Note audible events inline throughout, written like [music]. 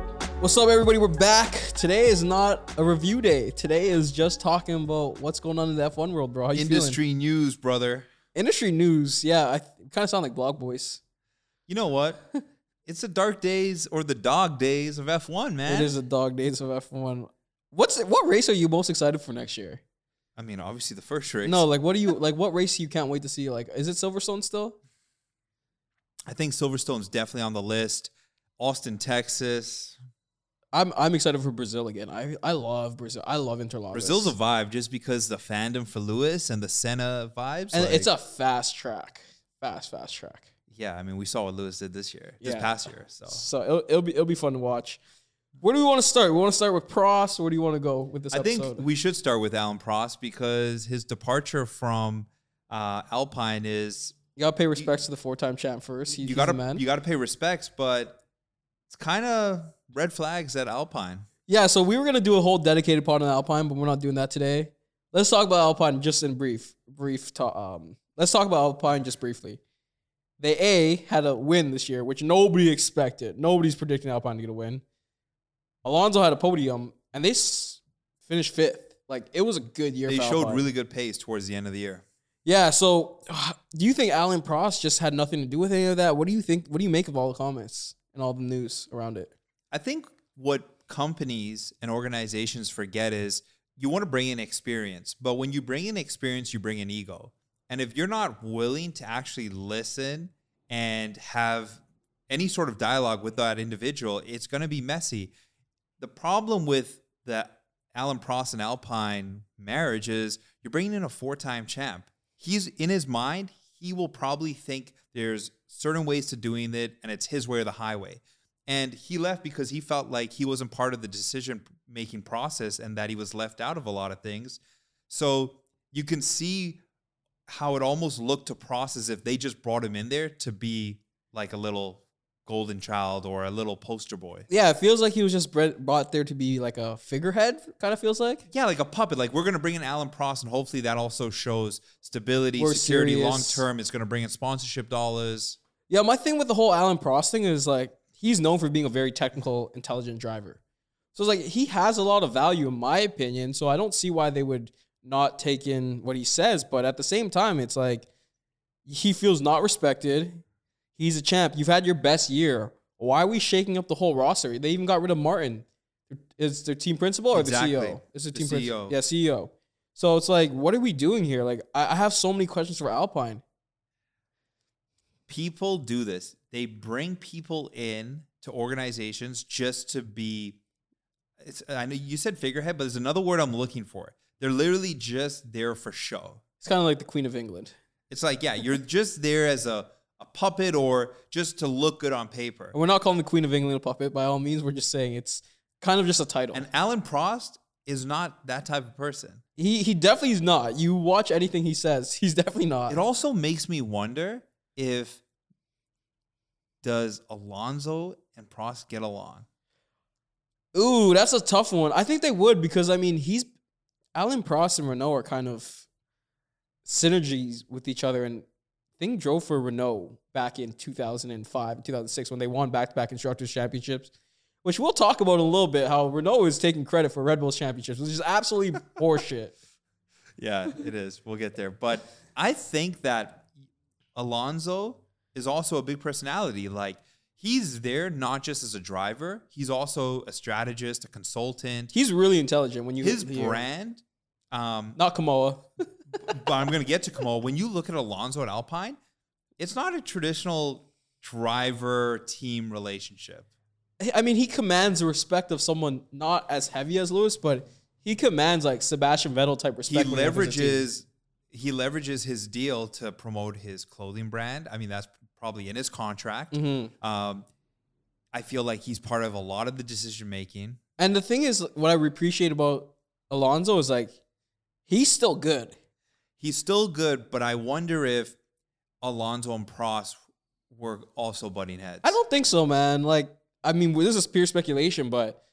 up, everybody? We're back. Today is not a review day. Today is just talking about what's going on in the F1 world, bro. How you Industry news, brother. feeling? Industry news. Yeah, I kind of sound like blog boys. You [laughs] know what? it's the dark days or the dog days of F1, man. It is the dog days of F1. What's what race are you most excited for next year? I mean, obviously the first race. No, like what do you like? What race you can't wait to see? Like, is it Silverstone still? I think Silverstone's definitely on the list. Austin, Texas. I'm I'm excited for Brazil again. I I love Brazil. I love Interlagos. Brazil's a vibe just because the fandom for Lewis and the Senna vibes. and like- it's a fast track, fast fast track. yeah. I mean, we saw what Lewis did this year, this Yeah. past year. So So it'll, it'll be it'll be fun to watch. Where do we want to start? We want to start with Pross. Where do you want to go with this? I think episode? we should start with Alan Prost because his departure from uh, Alpine is you gotta pay respects to the four time champ first. He, you he's gotta the man. you gotta pay respects, but it's kind of red flags at Alpine. yeah. So we were gonna do a whole dedicated pod on Alpine, but we're not doing that today. Let's talk about Alpine just in brief. Brief. To, um. Let's talk about Alpine just briefly. They a had a win this year, which nobody expected. Nobody's predicting Alpine to get a win. Alonso had a podium, and they s- finished fifth. Like it was a good year. They for showed Alpine. really good pace towards the end of the year. Yeah. So, [sighs] do you think Alan Pross just had nothing to do with any of that? What do you think? What do you make of all the comments and all the news around it? I think what companies and organizations forget is you want to bring in experience, but when you bring in experience, you bring in ego. And if you're not willing to actually listen and have any sort of dialogue with that individual, it's going to be messy. The problem with the Alan Pross and Alpine marriage is you're bringing in a four time champ. He's in his mind, he will probably think there's certain ways to doing it and it's his way or the highway. And he left because he felt like he wasn't part of the decision making process and that he was left out of a lot of things. So you can see how it almost looked to process if they just brought him in there to be like a little golden child or a little poster boy. Yeah, it feels like he was just bred, brought there to be like a figurehead. Kind of feels like. Yeah, like a puppet. Like we're gonna bring in Alan Pross, and hopefully that also shows stability, We're security, serious. long term. It's gonna bring in sponsorship dollars. Yeah, my thing with the whole Alan Pross thing is like he's known for being a very technical, intelligent driver. So it's like he has a lot of value in my opinion. So I don't see why they would not take in what he says. But at the same time, it's like he feels not respected. He's a champ. You've had your best year. Why are we shaking up the whole roster? They even got rid of Martin. Is their team principal or Exactly. the CEO? Is the The team CEO. principal? Yeah, CEO. So it's like, what are we doing here? Like, I I have so many questions for Alpine. people do this. They bring people in to organizations just to be. It's, I know you said figurehead, but there's another word I'm looking for. They're literally just there for show. It's kind of like the Queen of England. It's like, yeah, you're just there as a, a puppet or just to look good on paper. And we're not calling the Queen of England a puppet by all means. We're just saying it's kind of just a title. And Alan Prost is not that type of person. he he definitely is not. You watch anything he says, he's definitely not. It also makes me wonder if does Alonso and Prost get along? Ooh, that's a tough one. I think they would because I mean he's Alan Prost and Renault are kind of synergies with each other and thing drove for Renault back in 2005, 2006 when they won back-to-back constructors championships, which we'll talk about in a little bit how Renault is taking credit for Red Bull's championships, which is absolutely [laughs] horseshit. Yeah, it is. We'll get there. But I think that Alonso is also a big personality. Like he's there not just as a driver, he's also a strategist, a consultant. He's really intelligent when you His you- brand, um, not Kamoa. but I'm going to get to Kamal. When you look at Alonso at Alpine, it's not a traditional driver team relationship. I mean, he commands the respect of someone not as heavy as Lewis, but he commands like Sebastian Vettel type He respect. when enters his team. leverages he leverages his deal to promote his clothing brand. I mean, that's probably in his contract. Mhm. Um, I feel like he's part of a lot of the decision making. And the thing is, what I appreciate about Alonso is like he's still good. He's still good, but I wonder if Alonso and Prost were also butting heads. I don't think so, man. Like, I mean, this is pure speculation, but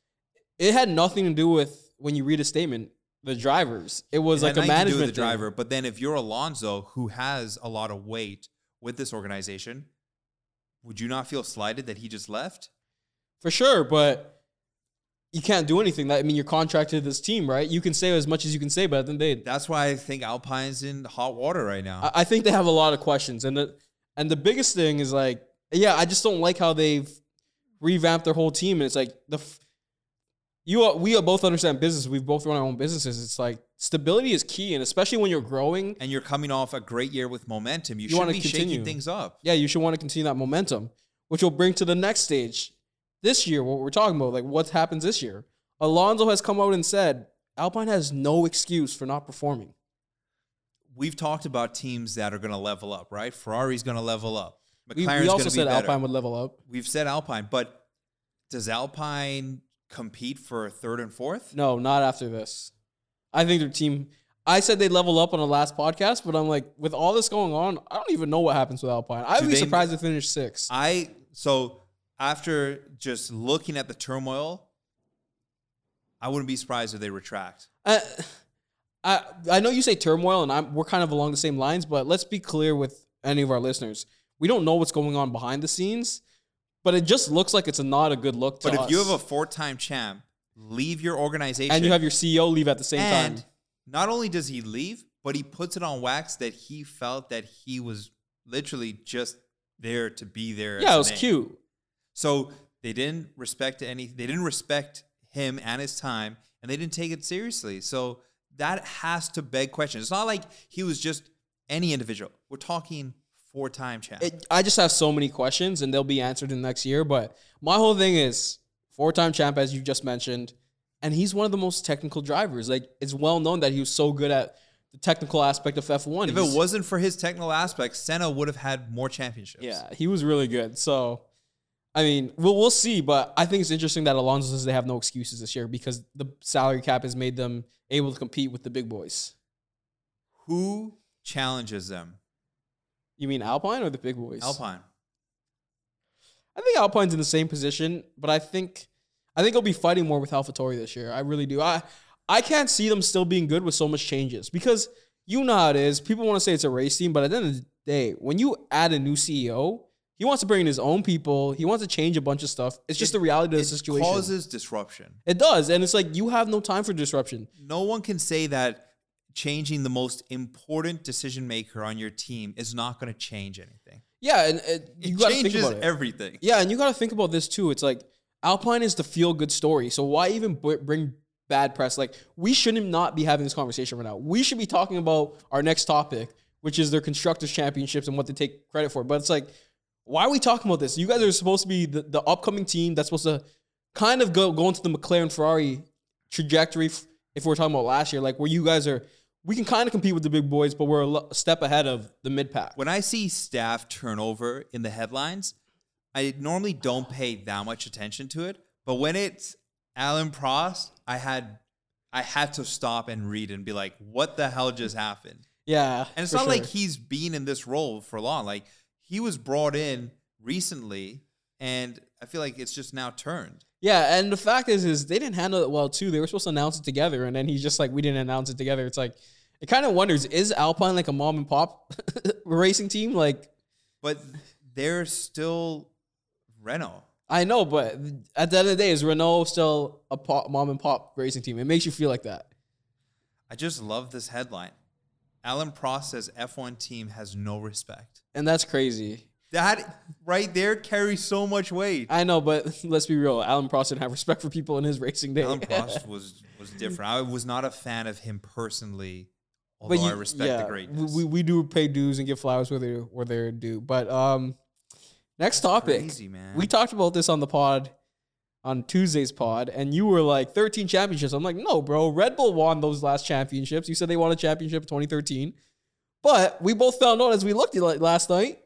it had nothing to do with when you read a statement. The drivers, it was It like had a nothing to management do with the thing. driver. But then if you're Alonso, who has a lot of weight with this organization, would you not feel slighted that he just left? for sure. But you can't do anything. That I mean, you're contracted to this team, right? You can say as much as you can say, but then they. That's why I think Alpine's in hot water right now. I, I think they have a lot of questions, and the and the biggest thing is like, yeah, I just don't like how they've revamped their whole team, and it's like the. f- You are, we are both understand business. We've both run our own businesses. It's like stability is key, and especially when you're growing, and you're coming off a great year with momentum. You, You should wanna be shaking continue. things up. yeah, you should want to continue that momentum, which will bring to the next stage this year, what we're talking about, like what happens this year. Alonso has come out and said Alpine has no excuse for not performing. We've talked about teams that are going to level up, right? Ferrari's going to level up. We, McLaren's we going also to be said better. Alpine would level up. We've said Alpine, but does Alpine compete for third and fourth? No, not after this. I think their team. I said they level up on the last podcast, but I'm like, with all this going on, I don't even know what happens with Alpine. I'd Do be they- surprised if they finish sixth. I so after just looking at the turmoil, I wouldn't be surprised if they retract. I, Uh, I I know you say turmoil, and I'm, we're kind of along the same lines, but let's be clear with any of our listeners: we don't know what's going on behind the scenes, but it just looks like it's not a good look. To But if you us. have a four-time champ, leave your organization, and you have your CEO leave at the same and time, not only does he leave, but he puts it on wax that he felt that he was literally just there to be there. as yeah, a it was name. cute. So they didn't respect any. They didn't respect him and his time, and they didn't take it seriously. So that has to beg questions. It's not like he was just any individual. We're talking four-time champ. It, I just have so many questions, and they'll be answered in next year. But my whole thing is four-time champ, as you just mentioned, and he's one of the most technical drivers. Like it's well known that he was so good at the technical aspect of F one. if it wasn't for his technical aspect, Senna would have had more championships. Yeah, he was really good. So, I mean, we'll we'll see. But I think it's interesting that Alonso says they have no excuses this year because the salary cap has made them able to compete with the big boys. Who challenges them? You mean Alpine or the big boys? Alpine. I think Alpine's in the same position, but I think I think he'll be fighting more with AlphaTauri this year. I really do. I I can't see them still being good with so much changes because you know how it is. People want to say it's a race team, but at the end of the day, when you add a new CEO, he wants to bring in his own people. He wants to change a bunch of stuff. It's just It- the reality of the It situation. causes disruption. It does. And it's like you have no time for disruption. No one can say that changing the most important decision maker on your team is not going to change anything. Yeah, and it, It you got to think changes about it. everything. yeah, and you got to think about this too. It's like Alpine is the feel good story. So why even b- bring bad press? Like we shouldn't not be having this conversation right now. We should be talking about our next topic, which is their constructors championships and what they take credit for. But it's like why are we talking about this? You guys are supposed to be the, the upcoming team that's supposed to kind of go, go into the McLaren Ferrari trajectory f- if we're talking about last year, like where you guys are, we can kind of compete with the big boys, but we're a lo- step ahead of the mid pack. When I see staff turnover in the headlines, I normally don't pay that much attention to it. But when it's Alan Prost, I had I had to stop and read and be like, what the hell just happened? Yeah. And it's for not sure. like he's been in this role for long. Like he was brought in recently and I feel like it's just now turned. Yeah, and the fact is, is they didn't handle it well too. They were supposed to announce it together, and then he's just like, "We didn't announce it together." It's like, it kind of wonders: is Alpine like a mom and pop [laughs] racing team? Like, But they're still Renault. I know, but at the end of the day, is Renault still a pop, mom and pop racing team? It makes you feel like that. I just love this headline. Alan Prost says F1 team has no respect. And that's crazy. That right there carries so much weight. I know, but [laughs] let's be real. Alan Prost didn't have respect for people in his racing day. [laughs] Alan Prost was was different. I was not a fan of him personally, although but you, I respect yeah, the greatness. We, we do pay dues and give flowers where they're, where they're due. But um, next topic. Crazy man. We talked about this on the pod on Tuesday's pod, and you were like 13 championships. I'm like, no, bro. Red Bull won those last championships. You said they won a championship in 2013, but we both found out as we looked at it last night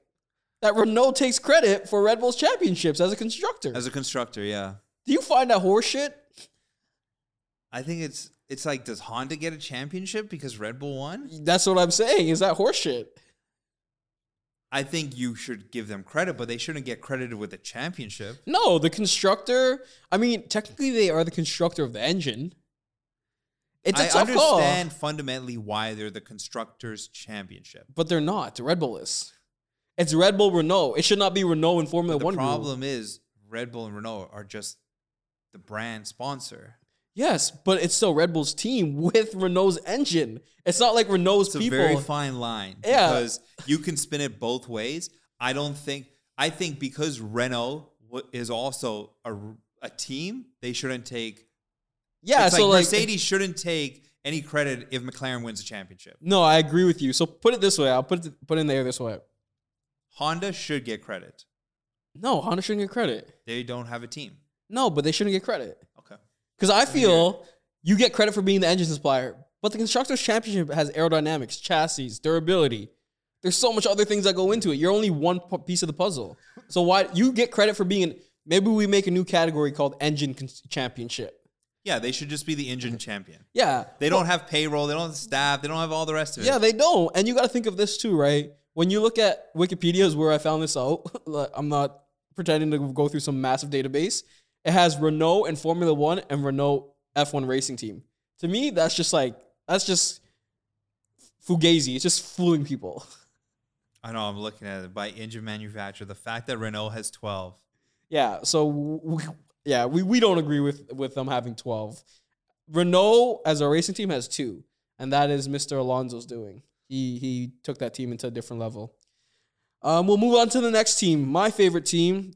that Renault takes credit for Red Bull's championships as a constructor. as a constructor, yeah. Do you find that horseshit? I think it's it's like does Honda get a championship because Red Bull won? That's what I'm saying. Is that horseshit? I think you should give them credit, but they shouldn't get credited with a championship. No, the constructor. I mean, technically, they are the constructor of the engine. It's a I tough call, understand fundamentally why they're the constructors championship. but they're not. Red Bull is. It's Red Bull Renault. It should not be Renault in Formula the One. rule. problem is Red Bull and Renault are just the brand sponsor. Yes, but it's still Red Bull's team with Renault's engine. It's not like Renault's It's a people. very fine line Yeah. because you can spin it both ways. I don't think I think because Renault wa- is also a, a team, they shouldn't take. yeah, it's so like like Mercedes shouldn't take any credit if McLaren wins a championship. No, I agree with you. So put it this way. I'll put it put it in the air this way. Honda should get credit. No, Honda shouldn't get credit. They don't have a team. No, but they shouldn't get credit Okay. because I feel you get credit for being the engine supplier, but the constructors' championship has aerodynamics, chassis, durability. There's so much other things that go into it. You're only one pu- piece of the puzzle. So why you get credit for being? Maybe we make a new category called engine con- championship. Yeah, they should just be the engine champion. Yeah, They don't have payroll. They don't have staff. They don't have all the rest of it. Yeah, they don't. And you got to think of this too, right? When you look at Wikipedia, is where I found this out. [laughs] Like, I'm not pretending to go through some massive database. It has Renault and Formula One and Renault F1 racing team. To me, that's just like that's just fugazi. It's just fooling people. [laughs] I know. I'm looking at it by engine manufacturer. The fact that Renault has 12. Yeah. So we, yeah, we, we don't agree with with them having 12. Renault as a racing team has two, and that is Mr. Alonso's doing. He he took that team into a different level. Um, we'll move on to the next team. My favorite team,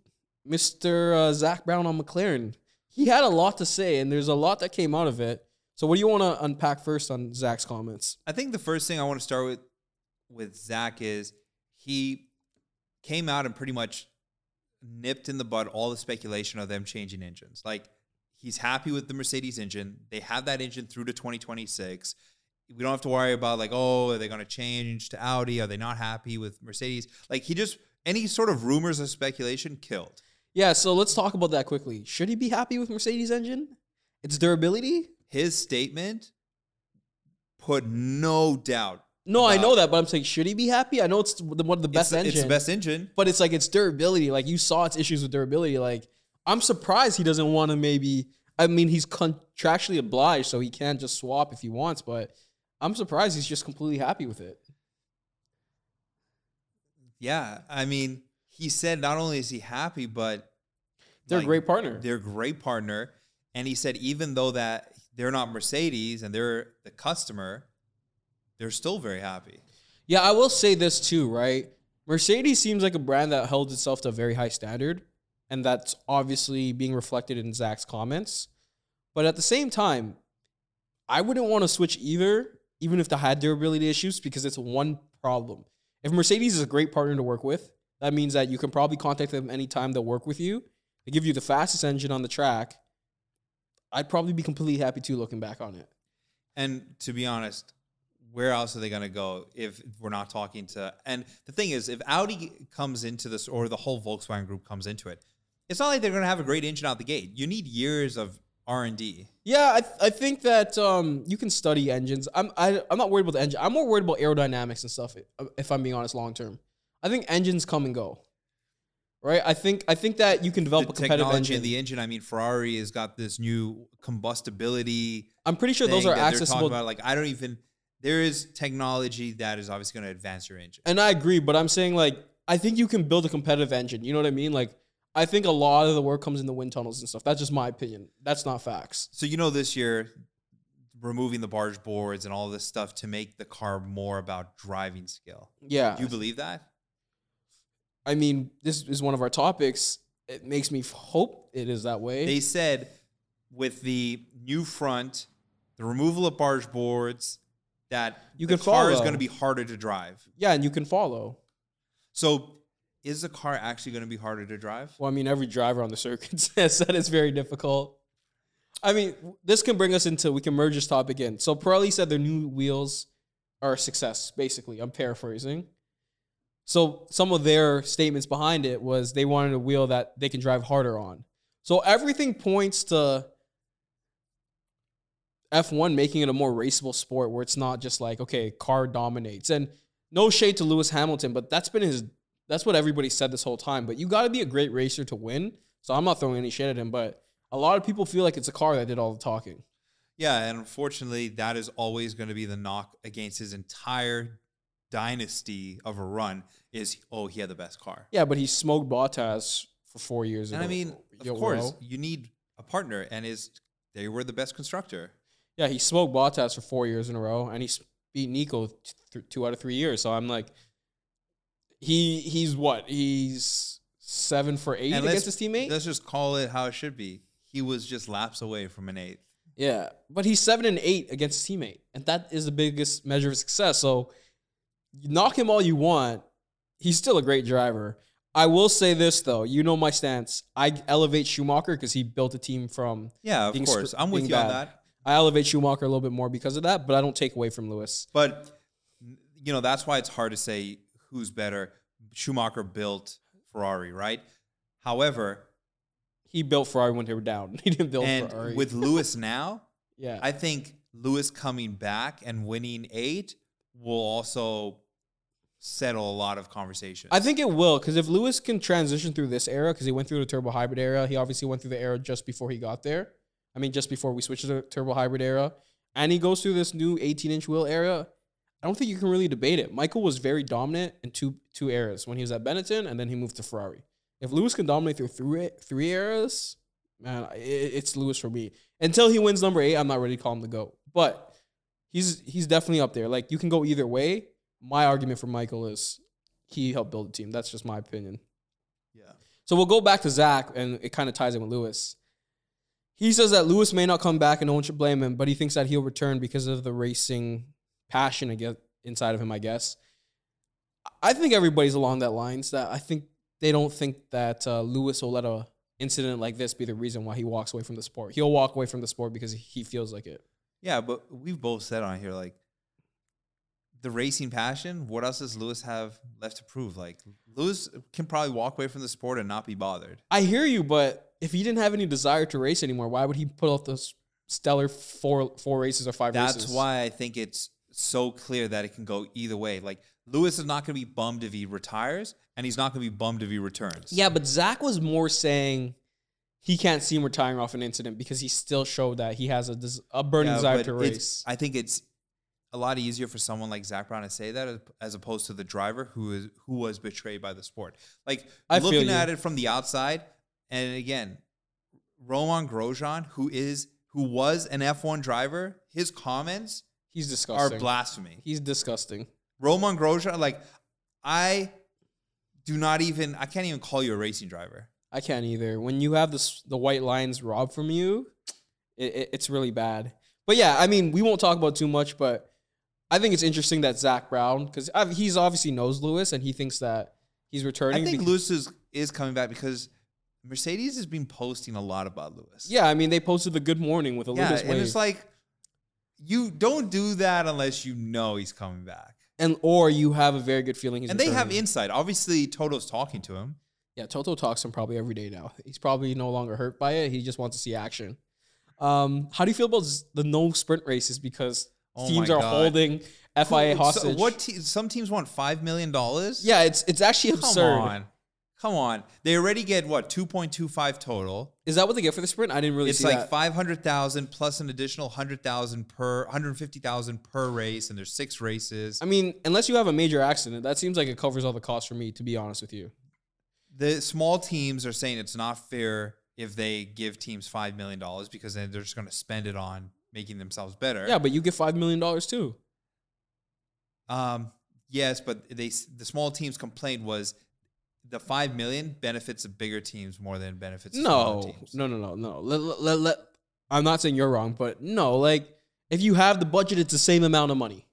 Mr. Uh, Zach Brown on McLaren. He had a lot to say, and there's a lot that came out of it. So, what do you want to unpack first on Zach's comments? I think the first thing I want to start with with Zach is he came out and pretty much nipped in the bud all the speculation of them changing engines. Like he's happy with the Mercedes engine. They have that engine through to 2026. We don't have to worry about like, oh, are they going to change to Audi? Are they not happy with Mercedes? Like he just any sort of rumors or speculation killed. Yeah, so let's talk about that quickly. Should he be happy with Mercedes engine? Its durability? His statement put no doubt. No, I Wow. know that, but I'm saying, should he be happy? I know it's the, one of the It's best the- engine, it's the best engine. but it's like its durability. Like you saw its issues with durability. Like I'm surprised he doesn't want to maybe. I mean, he's contractually obliged, so he can just swap if he wants. But I'm surprised he's just completely happy with it. Yeah, I mean, he said not only is he happy, but They're like, a great partner. They're a great partner, and he said even though that they're not Mercedes and they're the customer, they're still very happy. Yeah, I will say this too, right? Mercedes seems like a brand that held itself to a very high standard, and that's obviously being reflected in Zach's comments. But at the same time, I wouldn't want to switch either, even if they had durability issues, because it's one problem. If Mercedes is a great partner to work with, that means that you can probably contact them anytime they'll work with you. They give you the fastest engine on the track. I'd probably be completely happy too looking back on it. And to be honest, where else are they going to go if we're not talking to? And the thing is, if Audi comes into this or the whole Volkswagen group comes into it, it's not like they're going to have a great engine out the gate. You need years of R and D. Yeah, I, th- I think that um, you can study engines. I'm I, I'm not worried about the engine. I'm more worried about aerodynamics and stuff. i- If I'm being honest, long term, I think engines come and go. Right. I think I think that you can The develop a competitive technology engine. and the engine. I mean, Ferrari has got this new combustibility. I'm pretty sure those thing are that they're talking accessible. About. Like I don't even. There is technology that is obviously going to advance your engine. And I agree, but I'm saying like I think you can build a competitive engine. You know what I mean? Like I think a lot of the work comes in the wind tunnels and stuff. That's just my opinion. That's not facts. So you know this year, removing the barge boards and all this stuff to make the car more about driving skill. Yeah. Do you believe that? I mean, this is one of our topics. It makes me f- hope it is that way. They said with the new front, the removal of barge boards, that You the can car is follow. going to be harder to drive. yeah, and you can follow. So is the car actually going to be harder to drive? Well, I mean, every driver on the circuit [laughs] says that it's very difficult. I mean, this can bring us into we can merge this topic in. So Pirelli said their new wheels are a success. Basically, I'm paraphrasing. So some of their statements behind it was they wanted a wheel that they can drive harder on. So everything points to F1 making it a more raceable sport where it's not just like okay, car dominates. And no shade to Lewis Hamilton, but that's been his that's what everybody said this whole time. But you got to be a great racer to win. So I'm not throwing any shit at him, but a lot of people feel like it's a car that did all the talking. Yeah, and unfortunately, that is always going to be the knock against his entire dynasty of a run is oh he had the best car. Yeah, but he smoked Bottas for four years. and ago. I mean, of Yo, course, bro. you need a a partner and is they were the best constructor. Yeah, he smoked Bottas for four years in a row, and he s- beat Nico th- th- two out of three years. So I'm like, he he's what he's seven for eight And against his let's- teammate. Let's just call it how it should be. He was just laps away from an eighth. Yeah, but he's seven and eight against his teammate, and that is the biggest measure of success. So, you knock him all you want, he's still a great driver. I will say this though, you know my stance. I elevate Schumacher because he built a team from. Yeah, of Being course. scr- I'm with being you on bad. that. I elevate Schumacher a little bit more because of that, but I don't take away from Lewis. But you know, that's why it's hard to say who's better. Schumacher built Ferrari, right? However, He built Ferrari when they were down. [laughs] He didn't build and Ferrari. [laughs] with Lewis now, yeah, I think Lewis coming back and winning eight will also settle a lot of conversations. I think it will because if Lewis can transition through this era, because he went through the turbo hybrid era, he obviously went through the era just before he got there. I mean, just before we switched to the turbo hybrid era, and he goes through this new 18 inch wheel era. I don't think you can really debate it. Michael was very dominant in two two eras when he was at Benetton, and then he moved to Ferrari. If Lewis can dominate through three three eras, man, i it's Lewis for me. Until he wins number eight, I'm not ready to call him the goat. But he's he's definitely up there. Like you can go either way. My argument for Michael is he helped build the team. That's just my opinion. yeah. So we'll go back to Zach, and it kind of ties in with Lewis. He says that Lewis may not come back, and no one should blame him, but he thinks that he'll return because of the racing passion I guess, inside of him. I guess. I think everybody's along that lines. That I think they don't think that uh, Lewis will let a incident like this be the reason why he walks away from the sport. He'll walk away from the sport because he feels like it. Yeah, but we've both said on here like the racing passion. What else does Lewis have left to prove? Like Lewis can probably walk away from the sport and not be bothered. I hear you, but if he didn't have any desire to race anymore, why would he put off those stellar four four races or five That's races? why I think it's so clear that it can go either way. Like Lewis is not going to be bummed if he retires, and he's not going to be bummed if he returns. Yeah, but Zach was more saying he can't see him retiring off an incident because he still showed that he has a, des- a burning Yeah, desire but to it's- race. I think it's a lot easier for someone like Zach Brown to say that as, as opposed to the driver who is who was betrayed by the sport. Like I feel looking you. at it from the outside, and again, Roman Grosjean, who is who was an F1 driver, his comments He's are disgusting. blasphemy. He's disgusting. Roman Grosjean, like I do not even I can't even call you a racing driver. I can't either. When you have this, the white lines robbed from you, it, it- it's really bad. But yeah, I mean, we won't talk about too much, but I think it's interesting that Zach Brown, because he's obviously knows Lewis and he thinks that he's returning. I think because- Lewis is, is coming back because Mercedes has been posting a lot about Lewis. Yeah, I mean, they posted the good morning with a Yeah, Lewis and wave. it's like you don't do that unless you know he's coming back, and or you have a very good feeling he's and they have returning. insight. Obviously, Toto's talking to him. Yeah, Toto talks to him probably every day now. He's probably no longer hurt by it. He just wants to see action. Um, how do you feel about z- the no sprint races because Oh teams my are God. holding FIA So hostage? what te- some teams want five million dollars? Yeah, it's it's actually come absurd. on, come on. They already get what two point two five total. Is that what they get for the sprint? I didn't really It's see like that. five hundred thousand plus an additional hundred thousand per hundred fifty thousand per race, and there's six races. I mean, unless you have a major accident, that seems like it covers all the costs for me. To be honest with you, the small teams are saying it's not fair if they give teams five million dollars because then they're just going to spend it on making themselves better. yeah, but you get five million dollars too. Um, yes, but they the small teams' complaint was the five million benefits the bigger teams more than benefits the smaller No, teams. no, no, no, no. Let, let, let, let, I'm not saying you're wrong, but no, like if you have the budget, it's the same amount of money.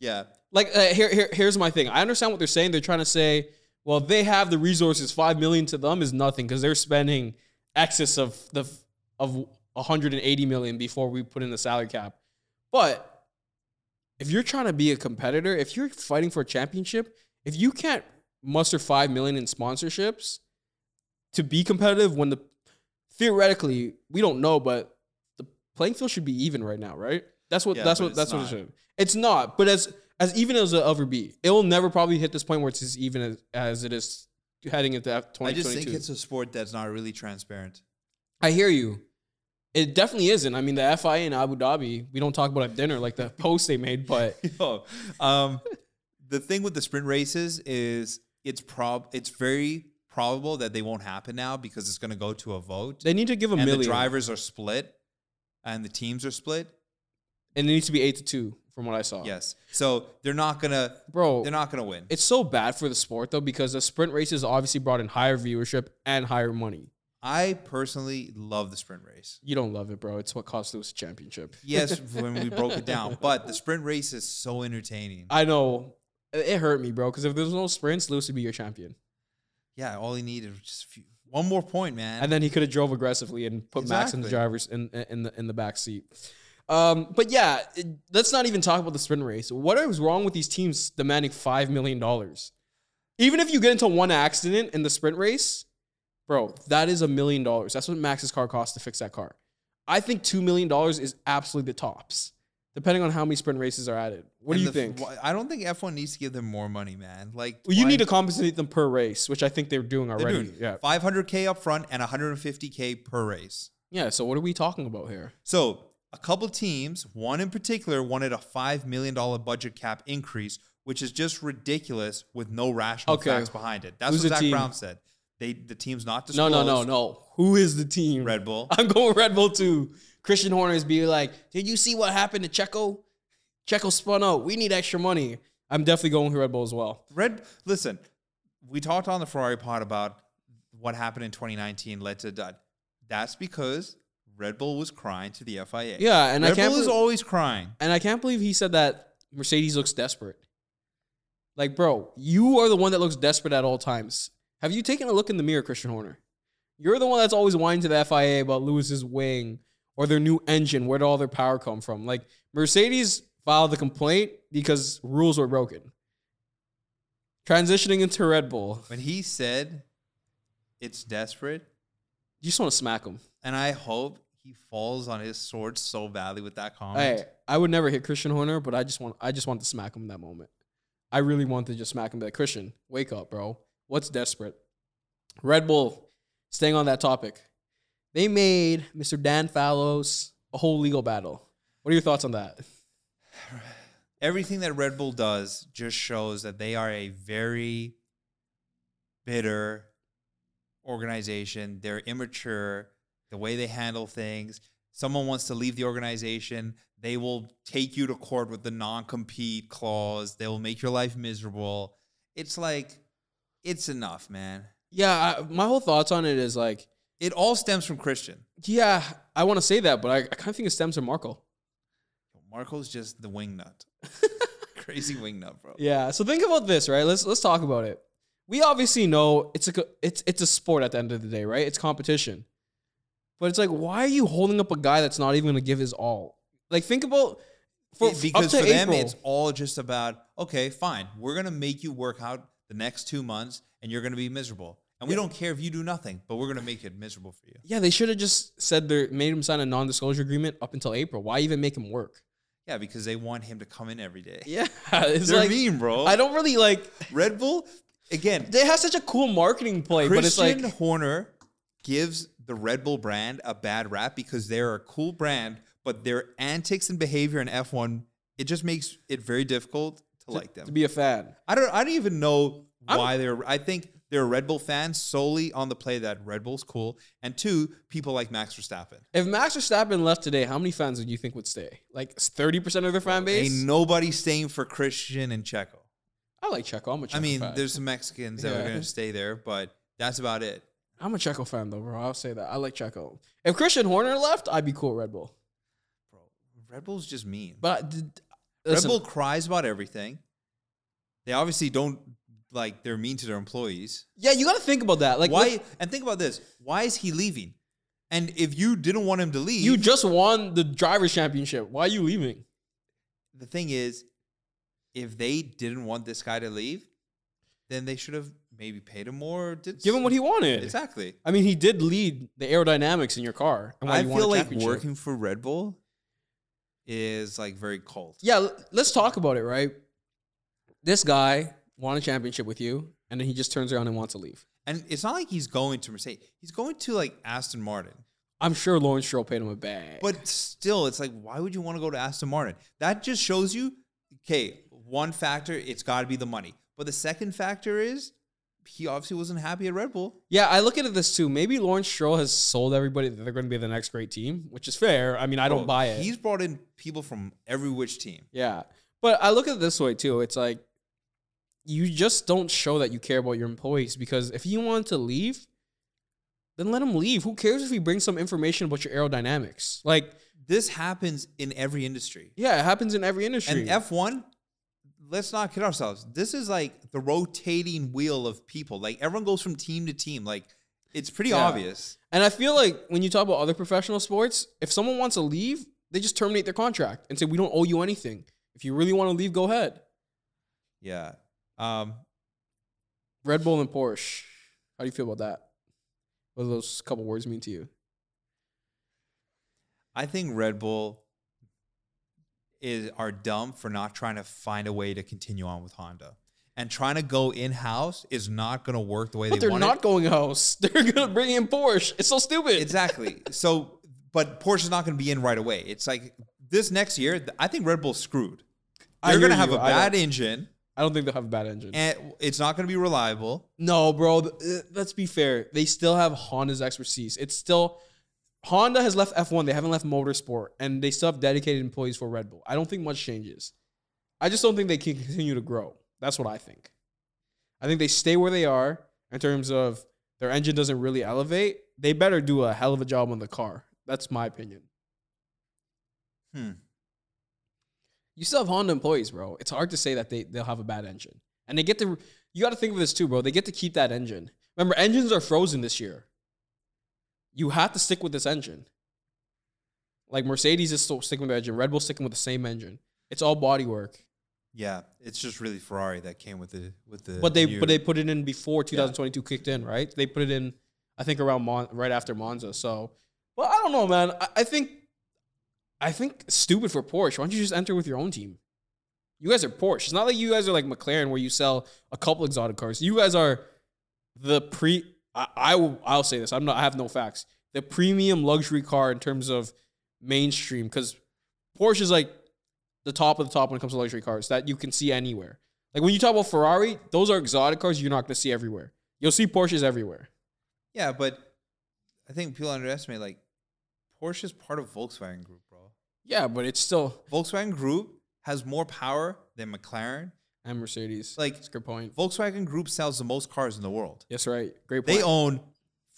Yeah, like uh, here, here here's my thing. I understand what they're saying. They're trying to say, well, they have the resources. Five million to them is nothing because they're spending excess of the of 180 million before we put in the salary cap. But if you're trying to be a competitor, if you're fighting for a championship, if you can't muster five million in sponsorships to be competitive, when the theoretically we don't know, but the playing field should be even right now, right? That's what Yeah, that's but what it's that's what it not. should. It's not, but as as even as it'll ever be, it will never probably hit this point where it's as even as, as it is heading into F- 2022. I just think it's a sport that's not really transparent. I hear you. It definitely isn't. I mean, the FIA in Abu Dhabi, we don't talk about at dinner like the [laughs] post they made, [laughs] but Yo, um, the thing with the sprint races is it's prob it's very probable that they won't happen now because it's going to go to a vote. They need to give a and million. the drivers are split and the teams are split. and it needs to be eight to two, from what I saw. Yes. So they're not going to Bro, they're not going to win. it's so bad for the sport though, because the sprint races obviously brought in higher viewership and higher money. I personally love the sprint race. You don't love it, bro. It's what cost Lewis a championship. [laughs] Yes, when we broke it down, but the sprint race is so entertaining. I know. It it hurt me, bro, because if there's no sprints, Lewis would be your champion. Yeah, all he needed was just a few, one more point, man. And then he could have drove aggressively and put Max in the Exactly. driver's in in the in the back seat. Um, but yeah, it- let's not even talk about the sprint race. What is wrong with these teams demanding five million dollars? Even if you get into one accident in the sprint race, bro, that is a million dollars. That's what Max's car costs to fix that car. I think two million dollars is absolutely the tops, depending on how many sprint races are added. What do you And the- think? wh- I don't think F1 needs to give them more money, man. Like Well, you why- need to compensate them per race, which I think they're doing they're already. doing Yeah. 500k up front and 150k per race. Yeah. So what are we talking about here? So a couple teams, one in particular, wanted a five million dollar budget cap increase, which is just ridiculous with no rational Okay. facts behind it. That's Who's the what Zach team? Brown said. They the team's not No, disclosed. no, no, no. Who is the team? [laughs] Red Bull. I'm going Red Bull too. Christian Horner is be like, did you see what happened to Checo? Checo spun out. We need extra money. I'm definitely going with Red Bull as well. Red. Listen, we talked on the Ferrari pod about what happened in 2019 led to dud. That's because Red Bull was crying to the FIA. Yeah, and I Red can't. Bull is believe- always crying. and I can't believe he said that Mercedes looks desperate. Like, bro, you are the one that looks desperate at all times. Have you taken a look in the mirror, Christian Horner? You're the one that's always whining to the FIA about Lewis's wing or their new engine. Where did all their power come from? Like, Mercedes filed the complaint because rules were broken. Transitioning into Red Bull, When he said it's desperate, you just want to smack him. and I hope he falls on his sword so badly with that comment. Hey, I would never hit Christian Horner, but I just want I just want to smack him in that moment. I really want to just smack him and be like, Christian, wake up, bro. What's desperate? Red Bull, staying on that topic. They made Mr. Dan Fallows a whole legal battle. What are your thoughts on that? Everything that Red Bull does just shows that they are a very bitter organization. They're immature, the way they handle things. Someone wants to leave the organization, they will take you to court with the non compete clause. They will make your life miserable. It's like, it's enough, man. Yeah, I, my whole thoughts on it is like, It all stems from Christian. yeah, I want to say that, but I, I kind of think it stems from Marco. Marco's just [laughs] the wingnut. Crazy wingnut, bro. Yeah. So think about this, right? Let's let's talk about it. We obviously know it's a co- it's it's a sport at the end of the day, right? It's competition. But it's like, why are you holding up a guy that's not even going to give his all? Like, think about for It- up because to for them, April. it's all just about okay, fine. We're gonna make you work out the next two months, and you're gonna be miserable. And we don't care if you do nothing, but we're gonna make it miserable for you. yeah, they should have just said they made him sign a non-disclosure agreement up until April. Why even make him work? Yeah, because they want him to come in every day. Yeah, [laughs] it's They're like mean, bro. I don't really like. Red Bull again. They have such a cool marketing play, but Christian it's like Horner gives the Red Bull brand a bad rap because they're a cool brand, but their antics and behavior in F1 it just makes it very difficult to like them. to be a fan. I don't. I don't even know I'm- why they're. I think they're Red Bull fans solely on the play that Red Bull's cool, and two people like Max Verstappen. If Max Verstappen left today, how many fans would you think would stay? Like thirty percent of their fan base. Ain't nobody staying for Christian and Checo. I like Checo. I'm a Checo I mean, fan. there's some Mexicans that Yeah. [laughs] are going to stay there, but that's about it. I'm a Checo fan though, bro. I'll say that. I like Checo. If Christian Horner left, I'd be cool with Red Bull. Bro, Red Bull's just mean. But I did, Red listen, Bull cries about everything. They obviously don't like they're mean to their employees. yeah, you got to think about that. Like, why? look, and think about this: Why is he leaving? And if you didn't want him to leave, you just won the drivers' championship. Why are you leaving? the thing is, if they didn't want this guy to leave, then they should have maybe paid him more. Did Give him what he wanted. exactly. I mean, he did lead the aerodynamics in your car. and why I you won a feel like championship. working for Red Bull is like very cold. Yeah, l- let's talk about it. Right, this guy won a championship with you, and then he just turns around and wants to leave. And it's not like he's going to Mercedes. He's going to like Aston Martin. I'm sure Lawrence Stroll paid him a bag. But still, it's like, why would you want to go to Aston Martin? That just shows you, okay, one factor, it's got to be the money. But the second factor is he obviously wasn't happy at Red Bull. Yeah, I look at it this too. Maybe Lawrence Stroll has sold everybody that they're going to be the next great team, which is fair. I mean, I don't Oh, buy it. He's brought in people from every which team. Yeah. But I look at it this way too. It's like you just don't show that you care about your employees because if you want to leave, then let him leave. Who cares if he brings some information about your aerodynamics? Like, This happens in every industry. yeah, it happens in every industry. And F1, let's not kid ourselves. This is like the rotating wheel of people. Like everyone goes from team to team. Like it's pretty Yeah. obvious. And I feel like when you talk about other professional sports, if someone wants to leave, they just terminate their contract and say, We don't owe you anything. If you really want to leave, go ahead. Yeah. Um, Red Bull and Porsche. How do you feel about that? What do those couple words mean to you? I think Red Bull is are dumb for not trying to find a way to continue on with Honda. And trying to go in house is not going to work the way But they they're want not it. going house. [laughs] They're gonna bring in Porsche. It's so stupid. Exactly. so, but Porsche's not going to be in right away. It's like this next year, th- I think Red Bull's screwed. I They're hear going to have you. a I bad don't- engine I don't think they'll have a bad engine. and it's not going to be reliable. no, bro. th- uh, Let's be fair. They still have Honda's expertise. It's still Honda has left F1. They haven't left motorsport, and they still have dedicated employees for Red Bull. I don't think much changes. I just don't think they can continue to grow. That's what I think. I think they stay where they are in terms of their engine doesn't really elevate. They better do a hell of a job on the car. That's my opinion. Hmm. You still have Honda employees, bro. It's hard to say that they they'll have a bad engine. And they get to you got to think of this too, bro. They get to keep that engine. Remember, engines are frozen this year. You have to stick with this engine. Like Mercedes is still sticking with their engine. Red Bull's sticking with the same engine. It's all body work. Yeah, it's just really Ferrari that came with the with the. But they new- but they put it in before 2022 kicked in, right? They put it in, I think around Mon- right after Monza. So, well, I don't know, man. I, I think, I think stupid for Porsche. Why don't you just enter with your own team? You guys are Porsche. It's not like you guys are like McLaren where you sell a couple exotic cars. You guys are the pre. I, I will. I'll say this. I'm not. I have no facts. The premium luxury car in terms of mainstream because Porsche is like the top of the top when it comes to luxury cars that you can see anywhere. Like when you talk about Ferrari, those are exotic cars you're not going to see everywhere. You'll see Porsches everywhere. yeah, but I think people underestimate like Porsche is part of Volkswagen Group, bro. Yeah, but it's still Volkswagen Group has more power than McLaren. and Mercedes. Like- That's a good point. Volkswagen Group sells the most cars in the world. Yes, right. Great point. They own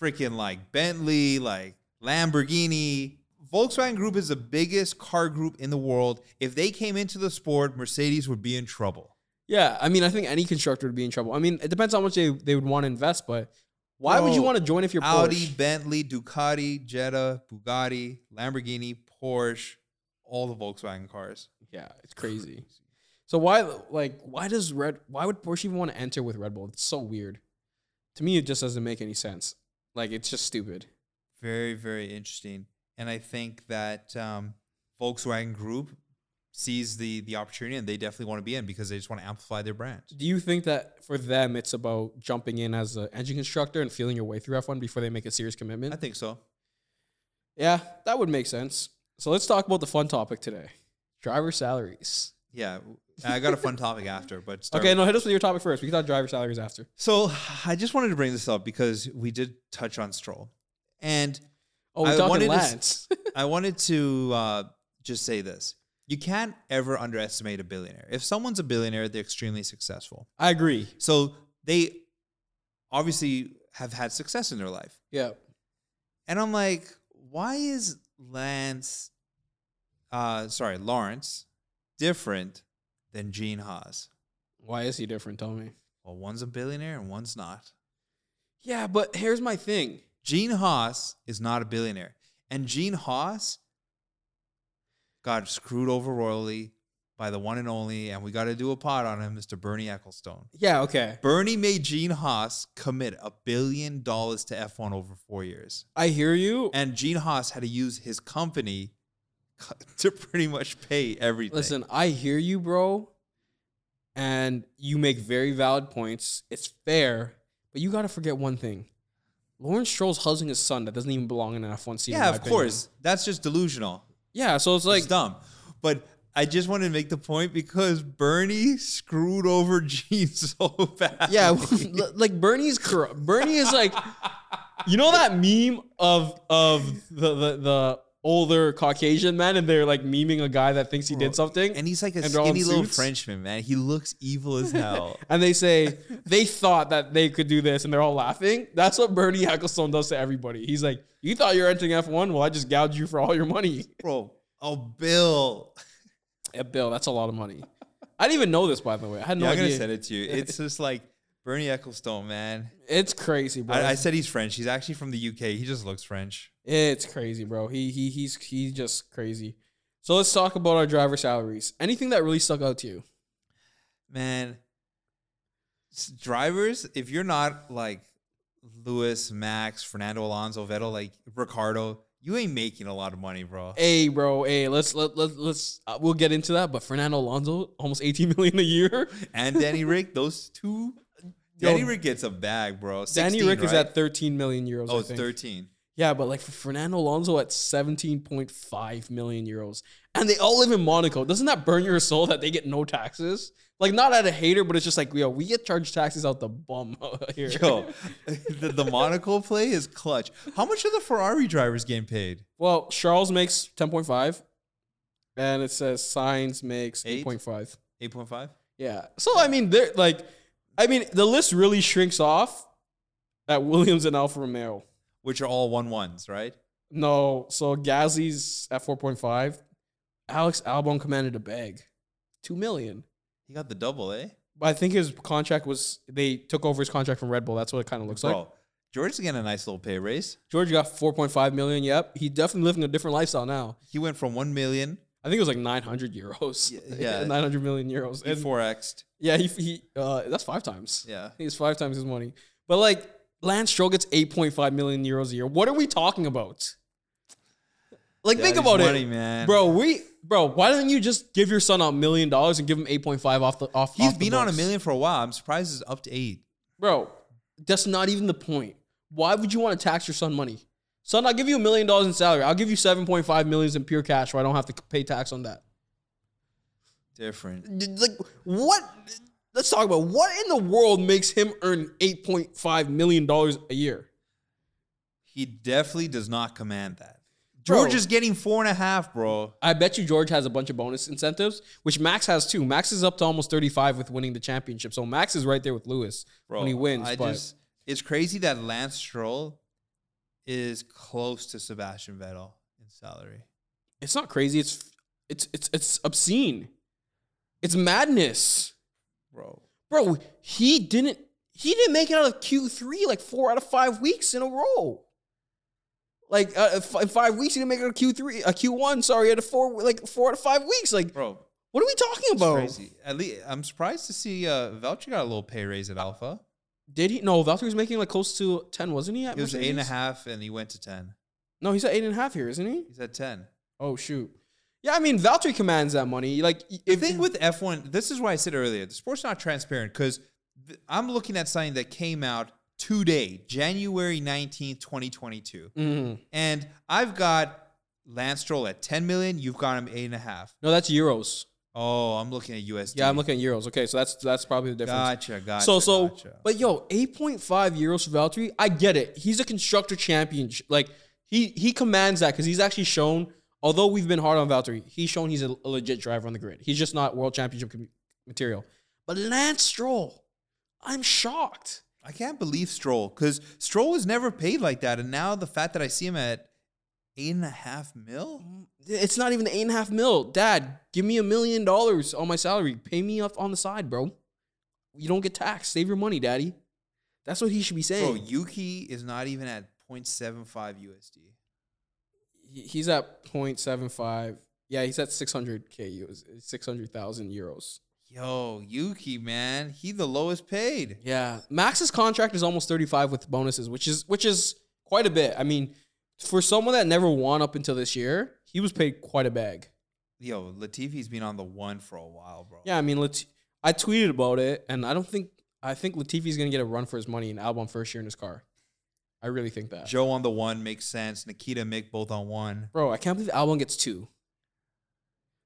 freaking like Bentley, like Lamborghini. Volkswagen Group is the biggest car group in the world. If they came into the sport, Mercedes would be in trouble. yeah, I mean, I think any constructor would be in trouble. I mean, it depends how much they, they would want to invest, but why would you Bro, want to join if you're Audi, Porsche? Bentley, Ducati, Jetta, Bugatti, Lamborghini, Porsche, all the Volkswagen cars. Yeah, it's crazy. So why like why does Red why would Porsche even want to enter with Red Bull? It's so weird. To me, it just doesn't make any sense. Like it's just stupid. Very, very interesting. And I think that um, Volkswagen Group sees the the opportunity and they definitely want to be in because they just want to amplify their brand. Do you think that for them it's about jumping in as an engine constructor and feeling your way through F1 before they make a serious commitment? I think so. yeah, that would make sense. So let's talk about the fun topic today. Driver salaries. Yeah, I got a fun topic after, [laughs] but start okay, no, hit us with your topic first. We can talk driver salaries after. So I just wanted to bring this up because we did touch on Stroll, and Oh, we're I wanted talking to s- Lance. [laughs] I wanted to uh, just say this: you can't ever underestimate a billionaire. If someone's a billionaire, they're extremely successful. I agree. So they obviously have had success in their life, Yeah. and I'm like, why is Lance, uh, sorry, Lawrence, different than Gene Haas? Why is he different? Tell me. Well, one's a billionaire and one's not. Yeah, but here's my thing. Gene Haas is not a billionaire. And Gene Haas got screwed over royally by the one and only, and we got to do a pod on him, Mr. Bernie Ecclestone. Yeah, okay. Bernie made Gene Haas commit a billion dollars to F1 over four years. I hear you. And Gene Haas had to use his company [laughs] to pretty much pay everything. Listen, I hear you, bro. And you make very valid points. It's fair, but you got to forget one thing. Lawrence Stroll's husband his son that doesn't even belong in an F1 seat. in yeah, my of opinion. course. That's just delusional. [laughs] Yeah, so it's like it's dumb. But I just wanted to make the point because Bernie screwed over [laughs] Gene so bad. Yeah, [laughs] l- like Bernie's corrupt. Bernie is like, [laughs] you know that meme of of the, the the older Caucasian man, and they're like memeing a guy that thinks he did something, and he's like [laughs] a And they're all in skinny little suits? Frenchman, man. He looks [laughs] evil as hell. and they say they thought that they could do this, and they're all laughing. That's what Bernie Ecclestone does to everybody. He's like, you thought you're renting F one? Well, I just gouged you for all your money. Bro, oh Bill. Yeah, Bill, that's a lot of money. I didn't even know this, by the way. I had [laughs] no yeah, I'm gonna idea. send it [laughs] to you. It's just like Bernie Ecclestone, man. It's crazy, bro. I, I said he's French. He's actually from the UK. He just looks French. It's crazy, bro. He he he's he's just crazy. So let's talk about our driver salaries. Anything that really stuck out to you? Man, s- drivers, if you're not like Lewis, Max, Fernando Alonso, Vettel, like Ricardo, you ain't making a lot of money, bro. Hey, bro. Hey, let's let let let's uh, we'll get into that. But Fernando Alonso, almost 18 million a year. And [laughs] Danny Rick, those two. Yo, Danny Rick gets a bag, bro. 16, Danny Rick is right? at 13 million euros. Oh, I it's think. 13. Yeah, but like for Fernando Alonso at 17.5 million euros, and they all live in Monaco. Doesn't that burn your soul that they get no taxes? Like not at a hater, but it's just like yo, we get charged taxes out the bum [laughs] here. [laughs] Yo, the, the Monaco play is clutch. How much are the Ferrari drivers getting paid? Well, Charles makes 10.5, and it says Signs makes Eight? 8.5. 8.5? Yeah. So, I mean, they're like, I mean, the list really shrinks off at Williams and Alfa Romeo. Which are all one ones, right? No, so Gasly's at 4.5. Alex Albon commanded a bag, 2 million. He got the double, eh? But I think his contract was, they took over his contract from Red Bull. That's what it kind of looks Bro, like. George is getting a nice little pay raise. George got 4.5 million. Yep. He definitely living a different lifestyle now. He went from 1 million, I think it was like 900 euros. [laughs] Yeah, yeah. 900 million euros. he And 4X'd. Yeah, he, he uh, that's five times. Yeah. He's five times his money. But like Lance Stroll gets 8.5 million euros a year. What are we talking about? Like think Daddy's about money, it. man. Bro, we bro, why don't you just give your son a million dollars and give him 8.5 off the off He's off the been on a books? million for a while. I'm surprised it's up to eight. Bro, that's not even the point. Why would you want to tax your son money? Son, I'll give you a million dollars in salary. I'll give you 7.5 million in pure cash where I don't have to pay tax on that. Different. D- like what let's talk about what in the world makes him earn 8.5 million dollars a year He definitely does not command that. Bro. George is getting four and a half, bro. i bet you george has a bunch of bonus incentives which max has too max is up to almost 35 with winning the championship so max is right there with lewis Bro, when he wins I but just it's crazy that Lance Stroll is close to Sebastian Vettel in salary. it's not crazy it's it's it's it's obscene it's madness Bro. bro he didn't he didn't make it out of q3 like four out of five weeks in a row like uh, f- in five weeks he didn't make it out of q3 uh, q1 sorry out of four like four out of five weeks like Bro, what are we talking it's about crazy. At least I'm surprised to see uh Velcher got a little pay raise at Alpha. did he no valtteri was making like close to 10 wasn't he at He was eight and a Mercedes? half and he went to ten. no he's at eight and a half here isn't he He's at ten. oh shoot yeah i mean valtteri commands that money like The thing with F1, this is why I said earlier, the sport's not transparent because I'm looking at something that came out today, January 19th, 2022. Mhm. And I've got Lance Stroll at 10 million. You've got him eight and a half. no that's euros Oh, I'm looking at USD. yeah i'm looking at euros okay so that's that's probably the difference Gotcha, gotcha. so so gotcha. but yo 8.5 euros for valtteri i get it he's a constructor champion like he he commands that because he's actually shown although we've been hard on valtteri he's shown he's a, a legit driver on the grid he's just not world championship com- material but lance stroll i'm shocked I can't believe Stroll because Stroll was never paid like that, and now the fact that I see him at eight and a half mil. Mm. it's not even the eight and a half mil dad give me a million dollars on my salary pay me up on the side bro you don't get taxed save your money daddy that's what he should be saying Bro, Yuki is not even at 0.75 USD. he- he's at 0.75 yeah he's at 600k euros 600000 euros Yo, Yuki, man, he the lowest paid. yeah max's contract is almost 35 with bonuses which is which is quite a bit i mean for someone that never won up until this year he was paid quite a bag Yo, Latifi's been on the one for a while, bro. yeah i mean Lat- i tweeted about it and i don't think i think latifi's gonna get a run for his money in album first year in his car i really think that Joe on the one makes sense. Nikita, Mick both on one. bro i can't believe album gets two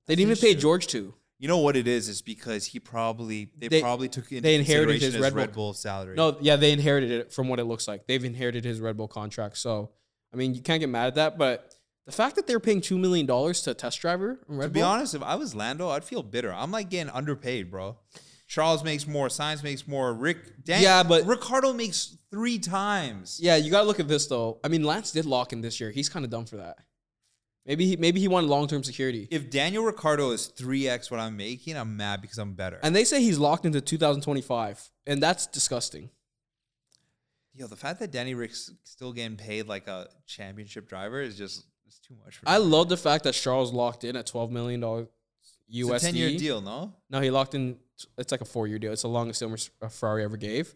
They didn't even He pay should. George two. You know what it is? It's because he probably they, They- probably took into they inherited consideration his Red Bull- Bull salary. No, yeah, they inherited it from what it looks like. They've inherited his Red Bull contract. So, I mean, you can't get mad at that. But the fact that they're paying $2 million to a test driver in Red to Bull. be honest, if I was Lando, I'd feel bitter. I'm like getting underpaid, bro. Charles makes more. Signs makes more. Rick, Dan, Yeah, but- Ricardo makes three times. yeah, you got to look at this, though. I mean, Lance did lock in this year. He's kind of dumb for that. Maybe he, maybe he wanted long term security. If Daniel Ricardo is three x what I'm making, I'm mad because I'm better. And they say he's locked into 2025. And that's disgusting. Yo, the fact that Danny Rick's still getting paid like a championship driver is just it's too much for I me. love the fact that Charles locked in at $12 million It's USD. a ten year deal, no? No, he locked in. It's like a four year deal. It's the longest deal a Ferrari ever gave,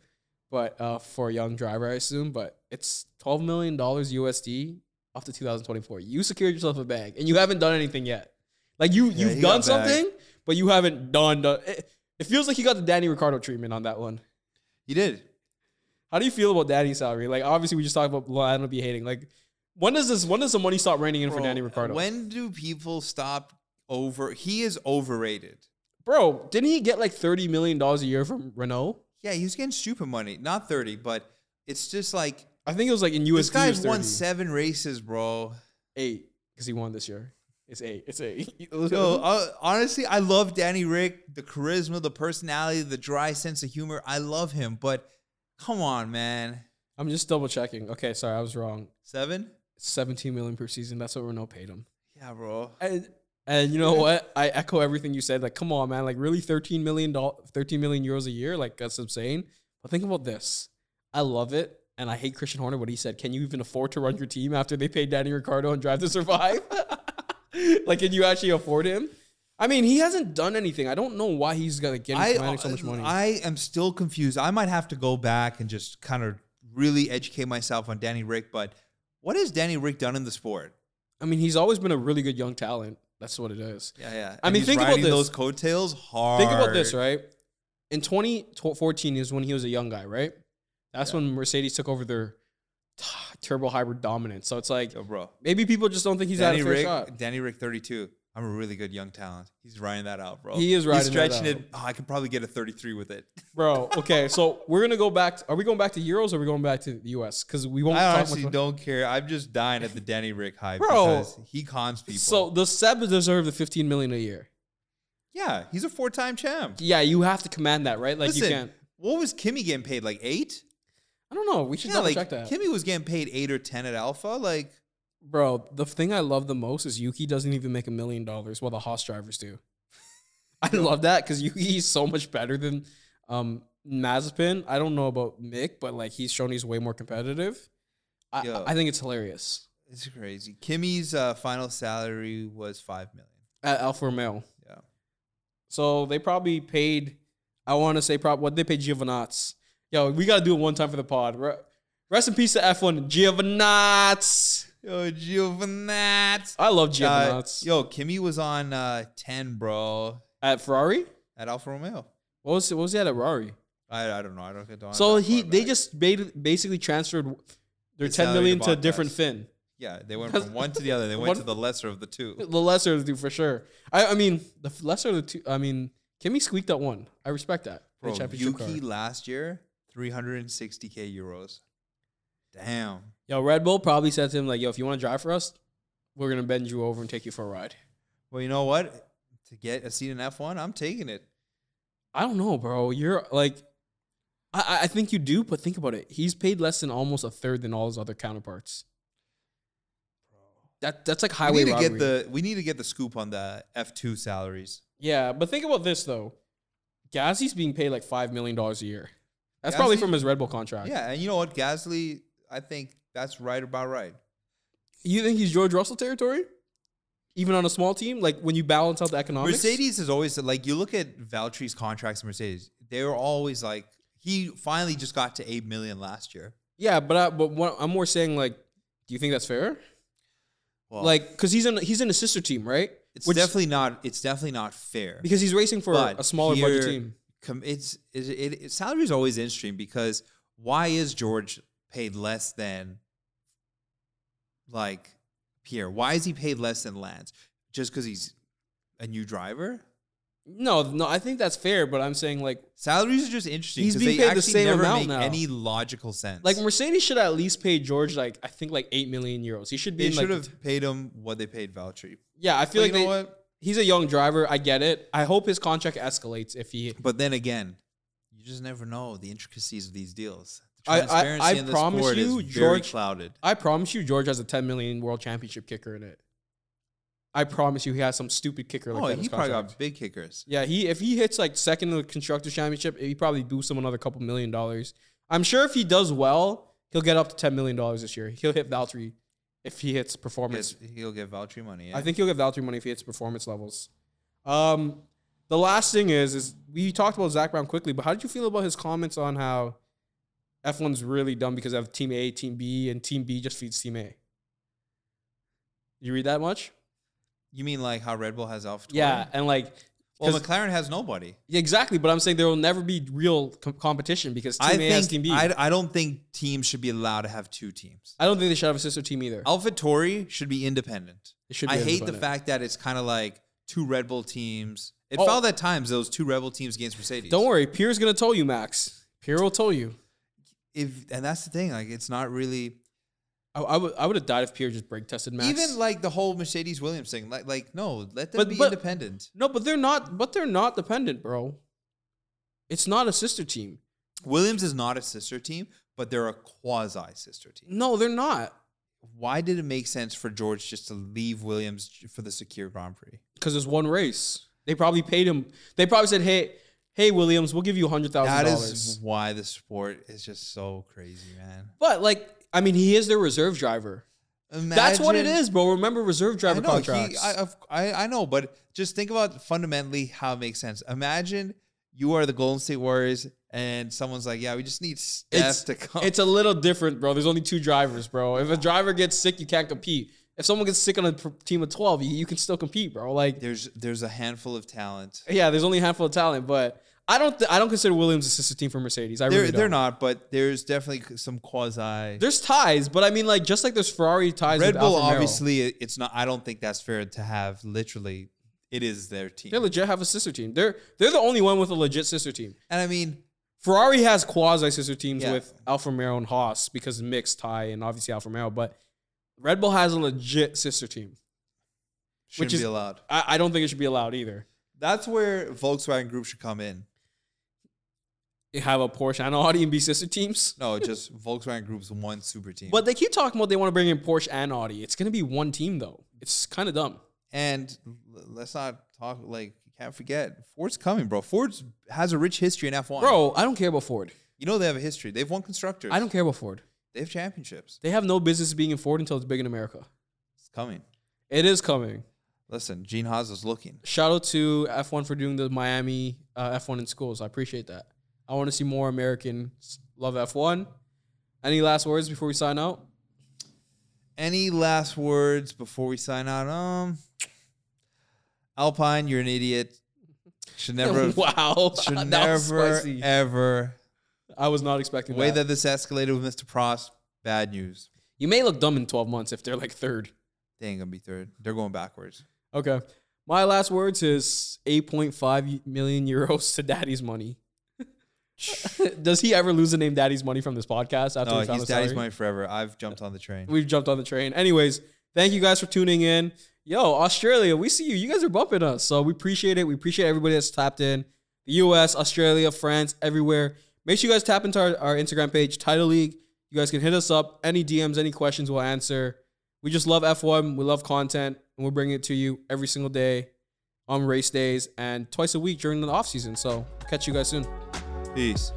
but uh, for a young driver, I assume. But it's twelve million dollars USD up to 2024. You secured yourself a bag, and you haven't done anything yet. Like you, Yeah, you've he done got bagged. something, but you haven't done. done it, it feels like you got the Danny Ricardo treatment on that one. You did. How do you feel about Danny's salary? Like obviously, we just talked about Lionel be hating. Like when does this? When does the money stop raining in for Bro, Danny Ricardo? When do people stop over he is overrated. Bro, didn't he get like thirty million dollars a year from Renault? Yeah, he's getting stupid money. Not 30, but it's just like I think it was like in USD. this it guy's was won 30. seven races, bro. eight because he won this year. It's eight. It's eight. [laughs] Yo, uh, honestly, I love Danny Rick, the charisma, the personality, the dry sense of humor. I love him, but come on, man. I'm just double checking. Okay, sorry, I was wrong. Seven? 17 million per season. That's what Renault paid him. Yeah, bro. And and you know what? I echo everything you said. Like, come on, man. Like, really, 13 million dollars, 13 million euros a year. Like, that's insane. But think about this. I love it, and I hate Christian Horner. What he said. Can you even afford to run your team after they paid Danny Ricardo and Drive to Survive? [laughs] like, can you actually afford him? I mean, he hasn't done anything. I don't know why he's gonna get I, commanding so much money. I am still confused. I might have to go back and just kind of really educate myself on Danny Rick, but what has Danny Rick done in the sport? I mean, he's always been a really good young talent. That's what it is. Yeah, yeah. I mean, he's think about riding this. those coattails hard. Think about this, right? In 2014 is when he was a young guy, right? That's when Mercedes took over their t- turbo hybrid dominance. So it's like Yo, bro. maybe people just don't think he's Danny had a fair Rick, [laughs] shot. Danny Rick, 32. I'm a really good young talent. He's riding that out, bro. He is riding He's that stretching out. it. Oh, I could probably get a 33 with it. Bro, okay, so we're going to go back. To, are we going back to Euros or are we going back to the US? Because we won't I talk honestly much about- don't care. I'm just dying at the Danny Rick hype Bro. because he cons people. So the Sebas deserve the 15 million a year. yeah, he's a four-time champ. Yeah, you have to command that, right? Like Listen, you can't. what was Kimmy getting paid? Like eight? I don't know. We should Yeah, double like check that. Kimmy was getting paid eight or ten at Alpha. Like, Bro, the thing I love the most is Yuki doesn't even make a million dollars while the Haas drivers do. [laughs] I love that because Yuki is so much better than um, Mazepin. I don't know about Mick, but like he's shown he's way more competitive. I, Yeah. I think it's hilarious. it's crazy. Kimmy's uh, final salary was five million. At Alfa Romeo. Yeah. So they probably paid, I want to say, prob- what they paid Giovanats. Yo, we got to do it one time for the pod. Re- Rest in peace to F1, Giovanats. Yo, Giovanat. I love Uh, Giovanats. yo, Kimmy was on uh, ten, bro, at Ferrari? at Alfa Romeo. What was, what was he at at Ferrari? I, I don't know. I don't get on. So that he far they back. just made, basically transferred their The ten salary million to to a different Bottas. fin. yeah they went from one to the [laughs] other. They went One- to the lesser of the two. The lesser of the two for sure. I, I mean the f- lesser of the two. I mean Kimmy squeaked out one. I respect that. for Bro, the championship Yuki car. last year, three hundred and sixty k euros. Damn. Yo, Red Bull probably said to him like, "Yo, if you want to drive for us, we're gonna bend you over and take you for a ride." Well, you know what? To get a seat in F one, I'm taking it. I don't know, bro. You're like, I- I, I think you do, but think about it. He's paid less than almost a third than all his other counterparts. That that's like highway we need to robbery. get the we need to get the scoop on the F two salaries. Yeah, but think about this though. Gasly's being paid like five million dollars a year. That's probably Gasly? from his Red Bull contract. Yeah, and you know what, Gasly, I think that's right about right. You think he's George Russell territory? Even on a small team, like when you balance out the economics. Mercedes is always like you look at Valtteri's contracts in Mercedes. They were always like he finally just got to eight million last year. Yeah, but I, but what, I'm more saying like, do you think that's fair? Well, Like, because he's in he's in a sister team, right? it's Which- definitely not. It's definitely not fair. because he's racing for But a smaller budget here- team. Com- it's it, it, it salary is always interesting because why is George paid less than like Pierre? Why is he paid less than Lance? Just because he's a new driver. No, no, I think that's fair, but I'm saying like Salaries are just interesting He's because being they paid the actually same never amount make now. any logical sense. like Mercedes should at least pay George like I think like eight million euros. He should be they in, like, should the have paid him what they paid Valtteri. Yeah, I feel But like you know they- what? he's a young driver. I get it. I hope his contract escalates if he. But then again, you just never know the intricacies of these deals. The I- I- I in the promise sport you, is very George- clouded. I promise you, George has a 10 million world championship kicker in it. I promise you, he has some stupid kicker. Like oh, that in he his probably contract. got big kickers. Yeah, he if he hits like second in the constructors championship, he probably boosts him another couple million dollars. I'm sure if he does well, he'll get up to 10 million dollars this year. He'll hit Valtteri if he hits performance. Yes, He'll get Valtteri money. yeah. I think he'll get Valtteri money if he hits performance levels. Um, the last thing is, is we talked about Zach Brown quickly, but how did you feel about his comments on how F1's really dumb because of Team A, Team B, and Team B just feeds Team A? You read that much? you mean like how Red Bull has Alpha? Yeah, and like, Well, 'cause- McLaren has nobody. yeah, exactly. But I'm saying there will never be real com- competition because Team I A has Team think B. I, I, I don't think teams should be allowed to have two teams. I don't think they should have a sister team either. AlphaTauri should be independent. It should be I hate the independent. fact that it's kind of like two Red Bull teams. It Oh. felt at times those two Red Bull teams against Mercedes. Don't worry, Pierre's gonna tell you, Max. Pierre will tell you. if and that's the thing. Like it's not really I, I would I would have died if Pierre just brake tested Max. even like the whole Mercedes Williams thing. Like like no, let them But- be but- independent. No, but they're not. But they're not dependent, bro. It's not a sister team. Williams is not a sister team, but they're a quasi sister team. No, they're not. Why did it make sense for George just to leave Williams for the secure Grand Prix? Because it's one race. They probably paid him. They probably said, "Hey, hey, Williams, we'll give you hundred thousand That dollars." is why the sport is just so crazy, man. But like, I mean, he is their reserve driver. That's what it Imagine- is, bro. Remember reserve driver I know, he- contracts. I, of- I, I know, but just think about fundamentally how it makes sense. Imagine you are the Golden State Warriors, and someone's like, "Yeah, we just need Steph it's, to come." it's a little different, bro. There's only two drivers, bro. If a driver gets sick, you can't compete. If someone gets sick on a pr- team of twelve, you, you can still compete, bro. Like, there's there's a handful of talent. yeah, there's only a handful of talent, but I don't. Th- I don't consider Williams a sister team for Mercedes. I They're really don't. they're not, but there's definitely some quasi. There's ties, but I mean, like just like there's Ferrari ties. Red with Bull, Alfa Romeo. obviously, it- it's not. I don't think that's fair to have. Literally, it is their team, they legit have a sister team. They're they're the only one with a legit sister team. and I mean, Ferrari has quasi sister teams Yeah. with Alfa Romeo and Haas because of mixed tie and obviously Alfa Romeo, but Red Bull has a legit sister team. shouldn't is- be allowed. I, I don't think it should be allowed either. That's where Volkswagen Group should come in. You have a Porsche and Audi and be sister teams, [laughs] No, just Volkswagen Group's one super team. but they keep talking about they want to bring in Porsche and Audi. It's gonna be one team though. It's kind of dumb. And l- let's not talk like you can't forget Ford's coming, bro. Ford's has a rich history in F1. Bro, I don't care about Ford. you know they have a history. They've won constructors. I don't care about Ford. They have championships. They have no business being in Ford until it's big in America. It's coming. It is coming. Listen, Gene Haas is looking. shout out to F1 for doing the Miami uh, F1 in schools. I appreciate that. I want to see more Americans love F1. Any last words before we sign out? [laughs] Any last words before we sign out? Um, Alpine, you're an idiot. [laughs] Should never, wow. should That was never, spicy. ever. I was not expecting The way that. that this escalated with Mr. Prost, bad news. You may look dumb in 12 months if they're like third. They ain't gonna be third. They're going backwards. Okay. My last words is 8.5 million euros to daddy's [laughs] money. [laughs] Does he ever lose the name daddy's money from this podcast? After No, we found he's his Uh, daddy's salary? money forever. I've jumped on the train. We've jumped on the train. Anyways, thank you guys for tuning in. Yo, Australia, we see you. You guys are bumping us. So we appreciate it. We appreciate everybody that's tapped in. The US, Australia, France, everywhere. Make sure you guys tap into our, our Instagram page, Title League. You guys can hit us up. Any DMs, any questions, we'll answer. We just love F1. We love content. And we're bringing it to you every single day on race days and twice a week during the off season. So catch you guys soon. Peace.